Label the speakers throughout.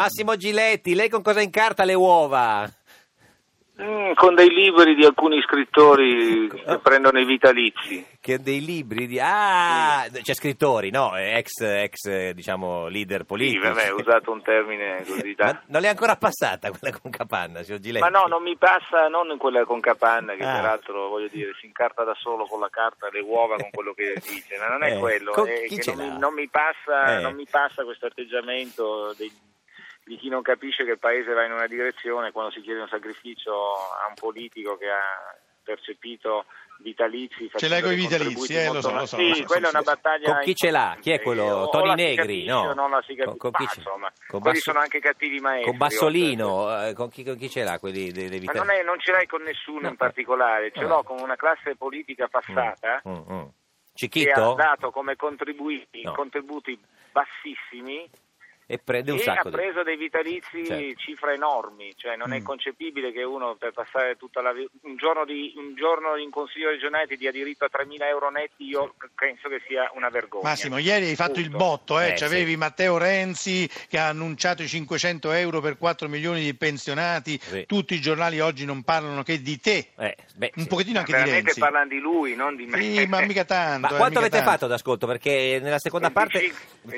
Speaker 1: Massimo Giletti, lei con cosa incarta le uova?
Speaker 2: Mm, con dei libri di alcuni scrittori che prendono i vitalizi.
Speaker 1: Che dei libri di... Ah, c'è scrittori, no? Eh, Ex, ex diciamo, leader
Speaker 2: Sì,
Speaker 1: politico.
Speaker 2: vabbè, ho usato un termine così da...
Speaker 1: Ma non le è ancora passata quella con Capanna, signor Giletti?
Speaker 2: Ma no, non mi passa, non in quella con Capanna, che
Speaker 1: Ah.
Speaker 2: peraltro, voglio dire, si incarta da solo con la carta le uova con quello che dice, ma non è
Speaker 1: Eh,
Speaker 2: quello,
Speaker 1: con
Speaker 2: è
Speaker 1: chi
Speaker 2: che
Speaker 1: ce
Speaker 2: non,
Speaker 1: l'ha?
Speaker 2: mi, non mi passa,
Speaker 1: Eh.
Speaker 2: non mi passa questo atteggiamento dei- di chi non capisce che il paese va in una direzione quando si chiede un sacrificio a un politico che ha percepito vitalizi
Speaker 3: Ce l'hai coi
Speaker 2: dei
Speaker 3: vitalizi,
Speaker 2: contributi
Speaker 3: eh, lo
Speaker 2: molto-
Speaker 3: so, lo so,
Speaker 2: sì,
Speaker 3: lo so,
Speaker 2: quella
Speaker 3: sì,
Speaker 2: è una
Speaker 3: sì.
Speaker 2: battaglia
Speaker 1: Con chi ce l'ha? Chi è
Speaker 2: importante.
Speaker 1: quello?
Speaker 2: Eh, o- o
Speaker 1: Toni
Speaker 2: la si
Speaker 1: Negri,
Speaker 2: capisce
Speaker 1: no?
Speaker 2: o non la si
Speaker 1: Con-
Speaker 2: capisce.
Speaker 1: con
Speaker 2: Ma,
Speaker 1: chi ce-
Speaker 2: insomma,
Speaker 1: con
Speaker 2: quelli
Speaker 1: Basso-
Speaker 2: sono anche cattivi maestri
Speaker 1: Con Bassolino, eh, con chi, con chi ce l'ha quelli dei, dei
Speaker 2: ma
Speaker 1: vitalizi?
Speaker 2: non, è- non ce l'hai con nessuno
Speaker 1: No. eh,
Speaker 2: in particolare, ce
Speaker 1: No.
Speaker 2: l'ho con una classe politica passata
Speaker 1: Mm, mm, mm.
Speaker 2: che ha
Speaker 1: Cicchito?
Speaker 2: dato come contributi,
Speaker 1: No.
Speaker 2: contributi bassissimi
Speaker 1: E prende un
Speaker 2: e ha
Speaker 1: sacco di...
Speaker 2: preso dei vitalizi
Speaker 1: Certo.
Speaker 2: cifre enormi, cioè non è
Speaker 1: Mm.
Speaker 2: concepibile che uno per passare tutta la vi- un giorno, di- un giorno in consiglio regionale ti dia diritto a 3.000 euro netti, io c- penso che sia una vergogna.
Speaker 3: Massimo, ieri hai fatto il
Speaker 2: Punto.
Speaker 3: botto, eh?
Speaker 1: Eh,
Speaker 3: c'avevi Matteo Renzi che ha annunciato i 500 euro per 4 milioni di pensionati,
Speaker 1: Sì.
Speaker 3: tutti i giornali oggi non parlano che di te,
Speaker 1: Eh, beh,
Speaker 3: un
Speaker 1: sì.
Speaker 3: pochettino anche di
Speaker 2: Veramente
Speaker 3: Renzi.
Speaker 2: parlano di lui, non di me.
Speaker 3: Sì, ma mica tanto.
Speaker 1: Ma
Speaker 3: eh,
Speaker 1: quanto
Speaker 3: mica
Speaker 1: avete
Speaker 3: tanto.
Speaker 1: fatto d'ascolto? Perché nella seconda parte...
Speaker 2: 25,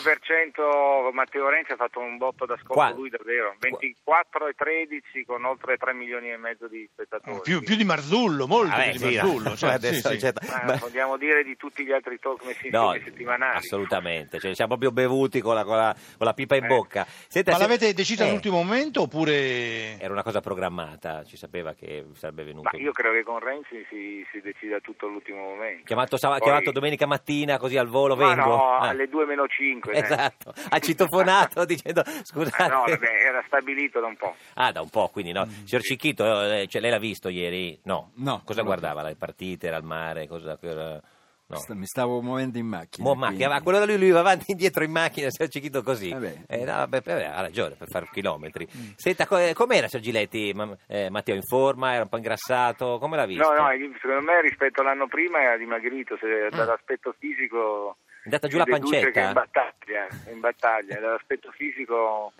Speaker 1: tre-
Speaker 2: 25% Matteo Renzi ha fatto un botto d'ascolto
Speaker 1: Qua-
Speaker 2: lui davvero,
Speaker 1: qua-
Speaker 2: 24 e 13 con oltre 3 milioni e mezzo di spettatori.
Speaker 3: Più, più di Marzullo, molto
Speaker 1: Vabbè,
Speaker 3: più
Speaker 1: Ah, sì,
Speaker 3: di Marzullo.
Speaker 1: no,
Speaker 3: cioè, sì,
Speaker 1: adesso,
Speaker 3: sì.
Speaker 1: certo.
Speaker 2: Ma
Speaker 1: Ma-
Speaker 2: vogliamo dire di tutti gli altri talk messi
Speaker 1: No,
Speaker 2: insieme Ah, settimanali.
Speaker 1: assolutamente, cioè, siamo proprio bevuti con la, con la- con la pipa in
Speaker 2: Eh.
Speaker 1: bocca. Senta,
Speaker 3: Ma
Speaker 1: se-
Speaker 3: l'avete deciso
Speaker 1: eh,
Speaker 3: all'ultimo momento oppure...
Speaker 1: Era una cosa programmata, ci sapeva che sarebbe venuto.
Speaker 2: Ma io credo che con Renzi si, si decida tutto all'ultimo momento.
Speaker 1: Chiamato, sab-
Speaker 2: Poi-
Speaker 1: chiamato domenica mattina così al volo
Speaker 2: Ma
Speaker 1: vengo.
Speaker 2: no,
Speaker 1: Ah.
Speaker 2: alle 2 meno 5.
Speaker 1: Esatto, ha citofonato dicendo scusate.
Speaker 2: Ah, no, vabbè, era stabilito da un po'.
Speaker 1: Ah, da un po', quindi
Speaker 3: Mm,
Speaker 1: no. Signor Cicchito, eh, cioè, lei l'ha visto ieri? No.
Speaker 4: No,
Speaker 1: Cosa
Speaker 4: no.
Speaker 1: guardava? Le partite, era al mare? Cosa, cosa- no.
Speaker 4: Sta- Mi stavo muovendo in macchina.
Speaker 1: Mo' macchina,
Speaker 4: quindi-
Speaker 1: ma quello da lui, lui va avanti e indietro in macchina, signor Cicchito così.
Speaker 4: Vabbè.
Speaker 1: Eh, no, vabbè, vabbè, ha ragione, per fare chilometri. Senta, co- eh, com'era signor Giletti? Ma- eh, Matteo in forma? Era un po' ingrassato? Come l'ha visto?
Speaker 2: No, no, secondo me rispetto all'anno prima era dimagrito, se
Speaker 1: Mm.
Speaker 2: dall'aspetto fisico...
Speaker 1: È andata giù
Speaker 2: si
Speaker 1: la pancetta?
Speaker 2: deduce Che è in battaglia, è in battaglia, dall'aspetto fisico,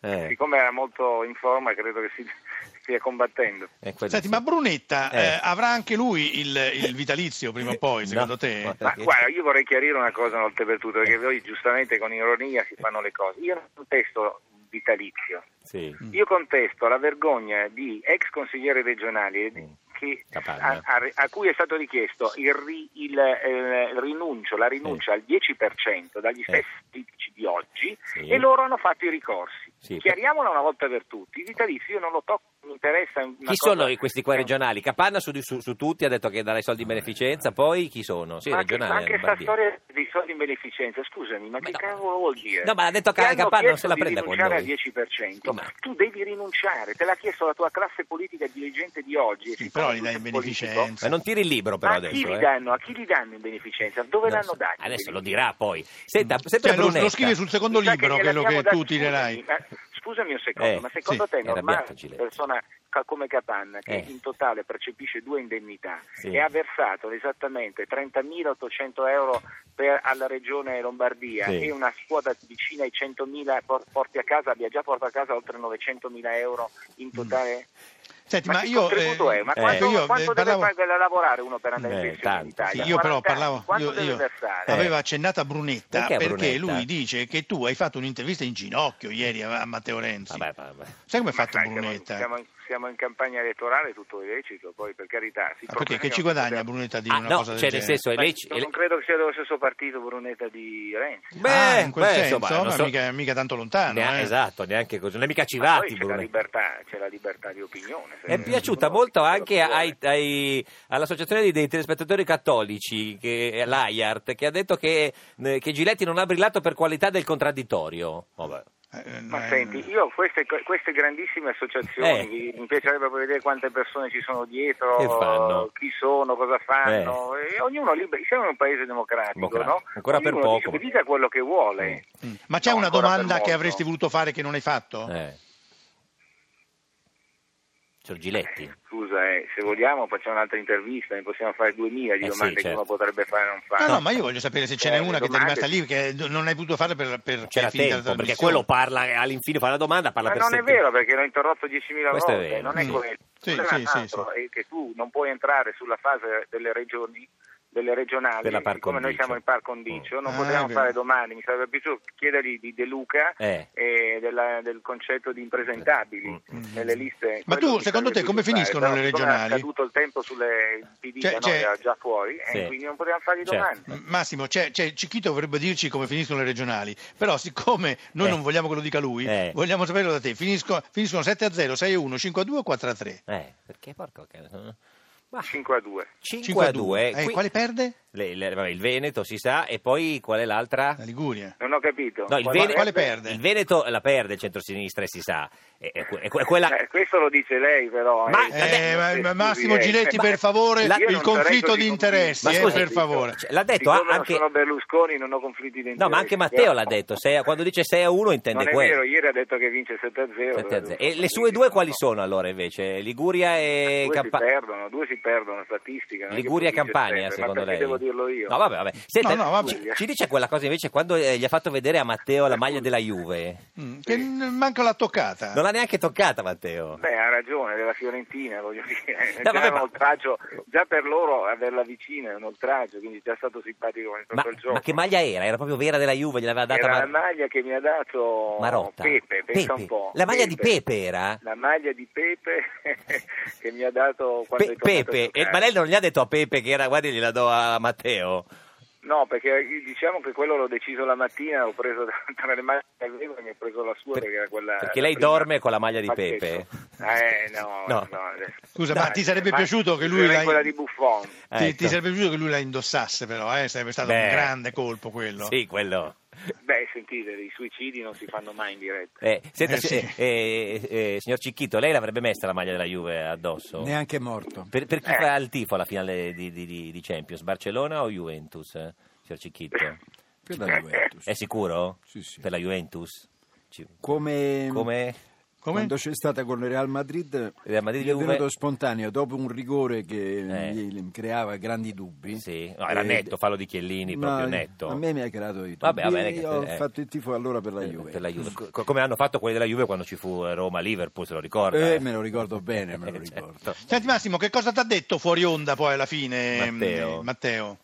Speaker 1: Eh,
Speaker 2: siccome era molto in forma, credo che si stia combattendo.
Speaker 1: eh, quello
Speaker 3: Senti,
Speaker 1: sì.
Speaker 3: ma Brunetta
Speaker 1: Eh.
Speaker 3: eh, avrà anche lui il, il vitalizio prima o poi, secondo
Speaker 1: No,
Speaker 3: te?
Speaker 1: ma-
Speaker 2: Ma
Speaker 1: Perché?
Speaker 2: guarda, io vorrei chiarire una cosa una volta per tutte, perché
Speaker 1: Eh.
Speaker 2: voi giustamente con ironia si fanno le cose. Io non contesto vitalizio,
Speaker 1: Sì.
Speaker 2: io contesto la vergogna di ex consiglieri regionali
Speaker 1: Mm.
Speaker 2: che-
Speaker 1: Capanna.
Speaker 2: a, a- a cui è stato richiesto il, ri- il, eh, il rinuncio, la rinuncia al 10% dagli stessi politici di oggi
Speaker 1: Sì.
Speaker 2: e loro hanno fatto i ricorsi.
Speaker 1: Sì.
Speaker 2: Chiariamola una volta per tutti, i vitalizi io non lo tocco, non mi interessa. una
Speaker 1: Chi
Speaker 2: cosa-
Speaker 1: sono i- questi qua regionali? Capanna su, su- su tutti ha detto che darà i soldi in beneficenza, poi chi sono? Sì,
Speaker 2: ma anche,
Speaker 1: regionali.
Speaker 2: anche sta
Speaker 1: Lombardia.
Speaker 2: storia dei soldi in beneficenza, scusami, ma,
Speaker 1: Ma
Speaker 2: che
Speaker 1: no.
Speaker 2: cavolo vuol dire?
Speaker 1: No, ma ha detto
Speaker 2: Ti
Speaker 1: che
Speaker 2: hanno
Speaker 1: Capanna non se
Speaker 2: chiesto
Speaker 1: la
Speaker 2: di
Speaker 1: prende con
Speaker 2: rinunciare
Speaker 1: noi.
Speaker 2: al 10%,
Speaker 1: Come?
Speaker 2: tu devi rinunciare, te l'ha chiesto la tua classe politica e dirigente di oggi. e
Speaker 3: Sì,
Speaker 2: siccome
Speaker 3: però
Speaker 2: tu
Speaker 3: gli dai
Speaker 2: sei
Speaker 3: in
Speaker 2: politico,
Speaker 3: beneficenza.
Speaker 1: Ma non tiri il libro però
Speaker 2: Ma a chi,
Speaker 1: adesso.
Speaker 2: li
Speaker 1: eh.
Speaker 2: danno, a chi li danno in beneficenza? Dove
Speaker 1: Non
Speaker 2: l'hanno
Speaker 1: so.
Speaker 2: dato?
Speaker 1: Adesso lo dirà poi. Senta,
Speaker 3: Cioè,
Speaker 1: sempre
Speaker 3: lo,
Speaker 1: Brunetta.
Speaker 3: lo scrivi sul secondo libro quello che tu tirerai.
Speaker 2: Scusami, un secondo,
Speaker 1: Eh,
Speaker 2: ma secondo
Speaker 1: sì,
Speaker 2: te è
Speaker 1: era
Speaker 2: normale
Speaker 1: Beato
Speaker 2: una
Speaker 1: Giletti.
Speaker 2: persona ca- come Capanna, che
Speaker 1: Eh.
Speaker 2: in totale percepisce due indennità
Speaker 1: Sì.
Speaker 2: e ha versato esattamente 30.800 euro per- alla regione Lombardia
Speaker 1: Sì.
Speaker 2: e una squadra vicina ai 100.000 por- porti a casa, abbia già portato a casa oltre 900.000 euro in totale?
Speaker 3: Mm. Senti,
Speaker 2: Ma,
Speaker 3: ma,
Speaker 2: che
Speaker 3: io...
Speaker 2: contributo è? Ma
Speaker 1: eh,
Speaker 2: quanto,
Speaker 3: io, eh,
Speaker 2: quanto deve
Speaker 3: parlavo-
Speaker 2: pagare- lavorare uno per andare in
Speaker 1: Eh,
Speaker 2: pensione in
Speaker 1: tanto,
Speaker 2: Italia?
Speaker 1: sì.
Speaker 3: Io però
Speaker 2: 40 anni,
Speaker 3: parlavo,
Speaker 2: Quanto
Speaker 3: io,
Speaker 2: deve
Speaker 3: io
Speaker 2: versare?
Speaker 1: Eh,
Speaker 3: avevo eh, accennato a Brunetta
Speaker 1: Perché a
Speaker 3: perché,
Speaker 1: Brunetta?
Speaker 3: lui dice che tu hai fatto un'intervista in ginocchio ieri a a Matteo Renzi.
Speaker 1: Vabbè, vabbè.
Speaker 3: Sai come ha
Speaker 2: Ma
Speaker 3: fatto ecco.
Speaker 2: sai, siamo-
Speaker 3: Brunetta?
Speaker 2: Siamo, in- siamo in campagna elettorale, tutto è lecito, poi per carità. si
Speaker 3: Ah, perché che
Speaker 2: propone-
Speaker 3: ci guadagna Brunetta a dire
Speaker 1: Ah,
Speaker 3: una
Speaker 1: no,
Speaker 3: cosa
Speaker 1: cioè
Speaker 3: del
Speaker 1: nel
Speaker 3: genere?
Speaker 1: senso, è
Speaker 2: Ma
Speaker 1: lei...
Speaker 2: io Non credo che sia dello stesso partito Brunetta di Renzi.
Speaker 1: Beh,
Speaker 3: ah, in quel
Speaker 1: beh,
Speaker 3: senso,
Speaker 1: insomma, non
Speaker 3: ma
Speaker 1: so-
Speaker 3: mica, mica tanto lontano.
Speaker 1: Nea-
Speaker 3: eh.
Speaker 1: Esatto, neanche così. Non è mica
Speaker 2: Ma
Speaker 1: Civati,
Speaker 2: poi c'è la,
Speaker 1: Brunetta.
Speaker 2: libertà, c'è la libertà di opinione. se-
Speaker 1: È piaciuta
Speaker 2: se-
Speaker 1: molto
Speaker 2: se-
Speaker 1: anche
Speaker 2: se-
Speaker 1: ai- ai- all'associazione dei- dei telespettatori cattolici, che, l'AIART, che ha detto che, eh, che Giletti non ha brillato per qualità del contraddittorio. Vabbè.
Speaker 3: Eh,
Speaker 2: Ma
Speaker 3: eh,
Speaker 2: senti, io queste, queste grandissime associazioni, mi piacerebbe proprio vedere quante persone ci sono
Speaker 1: Che fanno?
Speaker 2: dietro, chi sono, cosa fanno, e ognuno libero, siamo in un paese democratico,
Speaker 1: Democratico.
Speaker 2: no?
Speaker 1: Ancora per
Speaker 2: Ognuno
Speaker 1: poco.
Speaker 2: Dice, dica quello che vuole.
Speaker 3: mm. Ma c'è
Speaker 2: No,
Speaker 3: una
Speaker 2: ancora per
Speaker 3: domanda che
Speaker 2: molto.
Speaker 3: avresti voluto fare che non hai fatto?
Speaker 1: Eh. Signor Giletti.
Speaker 2: Scusa, eh, se vogliamo facciamo un'altra intervista, ne possiamo fare 2000 di
Speaker 1: Eh sì,
Speaker 2: domande che
Speaker 1: certo.
Speaker 2: uno potrebbe fare e non
Speaker 3: No,
Speaker 2: fare.
Speaker 3: no, ma io voglio sapere se ce n'è
Speaker 2: Eh,
Speaker 3: una che ti è
Speaker 2: domande-
Speaker 3: rimasta lì, che non hai potuto farla per, per che
Speaker 1: C'era
Speaker 3: è finita la
Speaker 1: tempo, perché quello
Speaker 3: trasmissione.
Speaker 1: parla all'infine, fa la domanda, parla
Speaker 2: Ma
Speaker 1: per
Speaker 2: non è
Speaker 1: sette-
Speaker 2: vero perché l'ho interrotto 10.000
Speaker 1: Questo è
Speaker 2: volte,
Speaker 1: vero.
Speaker 2: non è
Speaker 3: Mm.
Speaker 2: quello.
Speaker 3: Sì,
Speaker 2: Quello
Speaker 3: sì,
Speaker 2: era
Speaker 3: sì,
Speaker 2: altro, È che tu non puoi entrare sulla fase delle regioni, delle regionali,
Speaker 1: Della par
Speaker 2: siccome noi
Speaker 1: condicio.
Speaker 2: siamo in par condicio, non
Speaker 3: Ah, è
Speaker 2: potremmo
Speaker 3: vero.
Speaker 2: fare domani, mi sarebbe piaciuto chiedergli di De Luca
Speaker 1: Eh.
Speaker 2: e della- del concetto di impresentabili
Speaker 1: Mm.
Speaker 2: nelle liste.
Speaker 3: Ma
Speaker 2: Quello
Speaker 3: tu,
Speaker 2: mi
Speaker 3: secondo te,
Speaker 2: sarebbe piaciuto
Speaker 3: come finiscono
Speaker 2: fare,
Speaker 3: le
Speaker 2: però
Speaker 3: regionali?
Speaker 2: È caduto il tempo sulle PD,
Speaker 3: Cioè,
Speaker 2: che
Speaker 3: cioè-
Speaker 2: era già fuori,
Speaker 1: Sì.
Speaker 2: e quindi non potevamo fargli
Speaker 1: Certo.
Speaker 2: domande.
Speaker 3: M- Massimo, c'è, c'è Cicchito vorrebbe dirci come finiscono le regionali, però siccome noi
Speaker 1: Eh.
Speaker 3: non vogliamo che lo dica lui,
Speaker 1: Eh.
Speaker 3: vogliamo saperlo da te. Finisco- finiscono 7 a 0, 6 a 1, 5 a 2 o 4 a 3?
Speaker 1: Eh, perché porco che... Ma
Speaker 2: 5 a 2.
Speaker 1: 5 a 2.
Speaker 3: Eh, Quale perde?
Speaker 1: il Veneto si sa, e poi qual è l'altra?
Speaker 3: La Liguria.
Speaker 2: Non ho capito.
Speaker 1: No, il,
Speaker 2: Qual-
Speaker 1: Vene-
Speaker 3: quale perde?
Speaker 1: il Veneto la perde il centrosinistra, si sa. E, e que- e que- quella...
Speaker 2: Eh, questo lo dice lei però.
Speaker 1: Ma-
Speaker 2: eh.
Speaker 3: Eh, ma- ma
Speaker 2: scusi,
Speaker 3: Massimo
Speaker 2: eh.
Speaker 3: Giletti,
Speaker 2: Ma-
Speaker 3: per favore,
Speaker 1: la-
Speaker 2: Io
Speaker 3: il
Speaker 2: non sarei
Speaker 3: conflitto
Speaker 2: così
Speaker 3: di
Speaker 2: convinto.
Speaker 3: interessi,
Speaker 1: Ma
Speaker 3: eh,
Speaker 1: scusi,
Speaker 3: per favore.
Speaker 1: cioè, l'ha detto
Speaker 2: Siccome
Speaker 1: anche...
Speaker 2: non sono Berlusconi, non ho conflitti di interessi.
Speaker 1: No, ma anche Matteo
Speaker 2: però-
Speaker 1: l'ha detto, se- quando dice 6 a 1
Speaker 2: Non
Speaker 1: intende
Speaker 2: è
Speaker 1: quello.
Speaker 2: vero, ieri ha detto che vince 7 a eh, 0.
Speaker 1: 7 a 0. E le sue due quali sono allora invece? Liguria e
Speaker 2: Due si
Speaker 1: Campania?
Speaker 2: perdono, due si perdono, statistica. Ah, non è che
Speaker 1: Liguria e
Speaker 2: vince
Speaker 1: Campania,
Speaker 2: sempre,
Speaker 1: secondo
Speaker 2: ma
Speaker 1: lei?
Speaker 2: perché devo dirlo io?
Speaker 1: No, vabbè, vabbè. Senta,
Speaker 3: No, no, vabbè.
Speaker 1: Ci, ci dice quella cosa invece quando eh, gli ha fatto vedere a Matteo la maglia della Juve.
Speaker 3: Mm, Che n- manco l'ha toccata.
Speaker 1: Non l'ha neanche toccata, Matteo.
Speaker 2: Beh, ha ragione, della Fiorentina, voglio dire.
Speaker 1: No,
Speaker 2: già,
Speaker 1: Eh, vabbè,
Speaker 2: è un
Speaker 1: ma-
Speaker 2: oltraggio, già per loro averla vicina è un oltraggio, quindi già è stato simpatico con
Speaker 1: Ma,
Speaker 2: tutto il gioco.
Speaker 1: ma che maglia era? Era proprio vera della Juve, gliel'aveva data
Speaker 2: Era
Speaker 1: Ma-
Speaker 2: la maglia che mi ha dato
Speaker 1: Marotta.
Speaker 2: Pepe, pensa un po'.
Speaker 1: La maglia di Pepe era?
Speaker 2: La maglia di Pepe che mi ha dato quando
Speaker 1: Pe-
Speaker 2: è tornato a
Speaker 1: Pepe,
Speaker 2: giocare.
Speaker 1: Eh, ma lei non gli ha detto a Pepe che era, guardi, gliela do a Matteo.
Speaker 2: No, perché diciamo che quello l'ho deciso la mattina, l'ho preso da- tra le maglie che avevo e mi ho preso la sua
Speaker 1: Per-
Speaker 2: perché era quella...
Speaker 1: perché
Speaker 2: la
Speaker 1: lei
Speaker 2: prima.
Speaker 1: dorme con la maglia di
Speaker 2: Pacchetto.
Speaker 1: Pepe?
Speaker 2: Eh, no,
Speaker 1: No.
Speaker 2: no. adesso-
Speaker 3: Scusa,
Speaker 2: Dai,
Speaker 3: ma ti sarebbe
Speaker 2: ma-
Speaker 3: piaciuto che lui
Speaker 2: preferirei
Speaker 3: la-
Speaker 2: quella di Buffon.
Speaker 3: Ti,
Speaker 1: Ecco.
Speaker 3: ti sarebbe piaciuto che lui la indossasse, però, eh? sarebbe stato
Speaker 1: Beh.
Speaker 3: un grande colpo quello.
Speaker 1: Sì, quello.
Speaker 2: Beh, sentite, i suicidi non si fanno mai in diretta.
Speaker 1: Eh, senta,
Speaker 3: Eh, sì.
Speaker 1: eh, eh, eh, signor Cicchito, lei l'avrebbe messa la maglia della Juve addosso?
Speaker 4: Neanche morto.
Speaker 1: Per, per chi
Speaker 2: Eh.
Speaker 1: fa il tifo alla finale di, di- di- di Champions, Barcellona o Juventus, eh, signor Cicchito?
Speaker 4: Più da
Speaker 1: Eh,
Speaker 4: Juventus.
Speaker 1: È sicuro?
Speaker 4: Sì, sì.
Speaker 1: Per la Juventus? Ci-
Speaker 4: Come,
Speaker 1: Come?
Speaker 3: Come?
Speaker 4: quando c'è stata con il Real Madrid,
Speaker 1: Real Madrid
Speaker 4: gli è
Speaker 1: Juve.
Speaker 4: venuto spontaneo dopo un rigore che
Speaker 1: Eh.
Speaker 4: gli gli creava grandi dubbi.
Speaker 1: Sì. No, era
Speaker 4: Eh,
Speaker 1: netto, fallo di Chiellini,
Speaker 4: no,
Speaker 1: proprio netto.
Speaker 4: A me mi ha creato di tutto.
Speaker 1: Vabbè, vabbè,
Speaker 4: Io
Speaker 1: che-
Speaker 4: ho
Speaker 1: eh.
Speaker 4: fatto il tifo allora per la Juve.
Speaker 1: Per la Juve. Co- Come hanno fatto quelli della Juve quando ci fu eh, Roma-Liverpool, se lo ricorda?
Speaker 4: Eh, me lo ricordo bene, me lo
Speaker 1: Eh, certo.
Speaker 4: ricordo.
Speaker 3: Senti Massimo, che cosa ti ha detto fuori onda poi alla fine
Speaker 1: Matteo.
Speaker 3: mm, Matteo?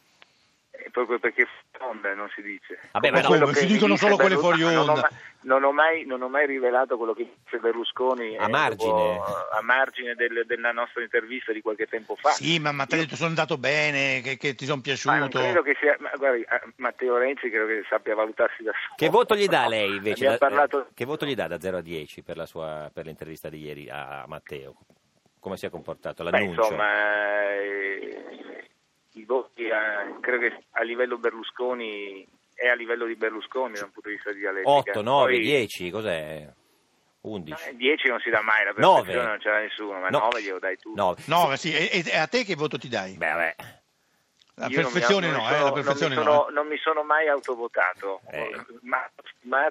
Speaker 2: È proprio perché fonda non si dice.
Speaker 1: Vabbè, ma
Speaker 2: Come
Speaker 1: no,
Speaker 2: quello
Speaker 1: si
Speaker 2: che
Speaker 3: dicono
Speaker 2: dice
Speaker 3: solo quelle
Speaker 2: Berlusconi,
Speaker 3: fuori
Speaker 2: ma non ho
Speaker 3: onda.
Speaker 2: mai- Non ho, mai, non ho mai rivelato quello che dice Berlusconi
Speaker 1: A
Speaker 2: eh,
Speaker 1: margine.
Speaker 2: dopo- a margine del- della nostra intervista di qualche tempo fa.
Speaker 3: Sì, ma, ma ti ha detto sono andato bene, che, che ti sono
Speaker 2: Ma non
Speaker 3: piaciuto.
Speaker 2: credo che sia. Ma guardi, eh, Matteo Renzi credo che sappia valutarsi da solo.
Speaker 1: Che voto gli dà
Speaker 2: No,
Speaker 1: lei invece?
Speaker 2: abbiamo
Speaker 1: da-
Speaker 2: parlato-
Speaker 1: eh, che voto gli dà da 0 a 10 per, la sua, per l'intervista di ieri a a Matteo? Come si è comportato?
Speaker 2: Beh,
Speaker 1: L'annuncio?
Speaker 2: insomma, eh, i voti eh, credo che a livello Berlusconi è a livello di Berlusconi da un punto di vista di dialettica.
Speaker 1: 8, 9,
Speaker 2: Poi-
Speaker 1: 10, cos'è? 11.
Speaker 2: eh, 10 non si dà mai, la
Speaker 1: 9.
Speaker 2: perfezione non ce l'ha nessuno, ma 9 glielo dai tu.
Speaker 3: No, ma sì, e, e a te che voto ti dai?
Speaker 1: Beh, vabbè.
Speaker 3: La
Speaker 2: Io non mi-
Speaker 3: perfezione
Speaker 2: non mi
Speaker 3: no,
Speaker 2: sono-
Speaker 3: eh, la perfezione
Speaker 2: non mi sono,
Speaker 3: no.
Speaker 2: non mi sono mai autovotato,
Speaker 1: Eh.
Speaker 2: ma, ma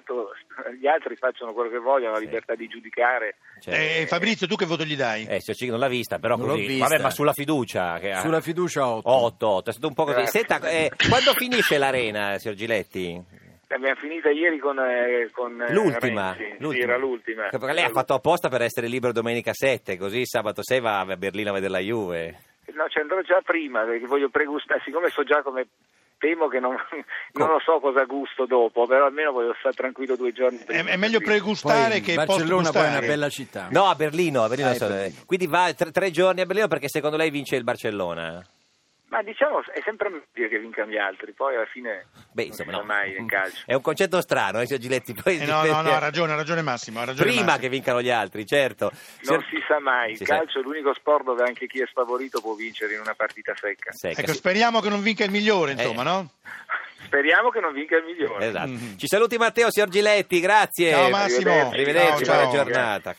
Speaker 2: gli altri facciano quello che vogliono, la
Speaker 1: Sì.
Speaker 2: libertà di giudicare.
Speaker 1: Cioè, eh,
Speaker 3: Eh, Fabrizio, tu che voto gli dai?
Speaker 1: signor Cicchi non l'ha vista, però
Speaker 4: Non l'ho
Speaker 1: così.
Speaker 4: vista.
Speaker 1: Vabbè, ma sulla fiducia. Che ha-
Speaker 4: Sulla fiducia 8.
Speaker 1: 8, 8, è stato un po' così.
Speaker 2: Grazie.
Speaker 1: Senta, eh, quando finisce l'arena, signor Giletti?
Speaker 2: L'abbiamo finita ieri con, eh, con eh,
Speaker 1: L'ultima,
Speaker 2: Renzi. Sì,
Speaker 1: l'ultima.
Speaker 2: era l'ultima.
Speaker 1: Perché lei ha fatto apposta per essere libero domenica 7, così sabato 6 va a Berlino a vedere la Juve.
Speaker 2: No, ci andrò già prima perché voglio pregustare, siccome so già come temo che non, non lo so cosa gusto dopo, però almeno voglio stare tranquillo due giorni
Speaker 3: È,
Speaker 2: prima.
Speaker 3: è meglio pregustare
Speaker 4: Poi,
Speaker 3: che
Speaker 4: Barcellona poi è una
Speaker 3: postgustare.
Speaker 4: bella
Speaker 3: Ah.
Speaker 4: città.
Speaker 1: No, a Berlino, a Berlino,
Speaker 4: Ah,
Speaker 1: non so,
Speaker 4: a Berlino.
Speaker 1: eh. quindi va tre, tre giorni a Berlino perché secondo lei vince il Barcellona.
Speaker 2: Ma diciamo, è sempre meglio che vincano gli altri, poi alla fine
Speaker 1: Beh,
Speaker 2: non
Speaker 1: insomma,
Speaker 2: si sa
Speaker 1: no. Mm.
Speaker 2: mai in calcio.
Speaker 1: È un concetto strano, eh, signor Giletti. Poi
Speaker 3: Eh, no, no, no, ha ragione, ha ragione Massimo. Ha ragione
Speaker 1: Prima che
Speaker 3: Massimo.
Speaker 1: vincano gli altri, certo.
Speaker 2: Non
Speaker 1: Signor-
Speaker 2: si sa mai, il
Speaker 1: Si sa-
Speaker 2: calcio è l'unico sport dove anche chi è sfavorito può vincere in una partita secca.
Speaker 1: secca,
Speaker 3: Ecco,
Speaker 1: sì.
Speaker 3: speriamo che non vinca il migliore, insomma,
Speaker 1: Eh.
Speaker 3: no?
Speaker 2: Speriamo che non vinca il migliore.
Speaker 1: Esatto. Ci saluti Matteo, signor Giletti, grazie.
Speaker 3: Mm-hmm. Ciao Massimo.
Speaker 1: Arrivederci,
Speaker 3: Ciao,
Speaker 1: buona
Speaker 3: ciao.
Speaker 1: giornata.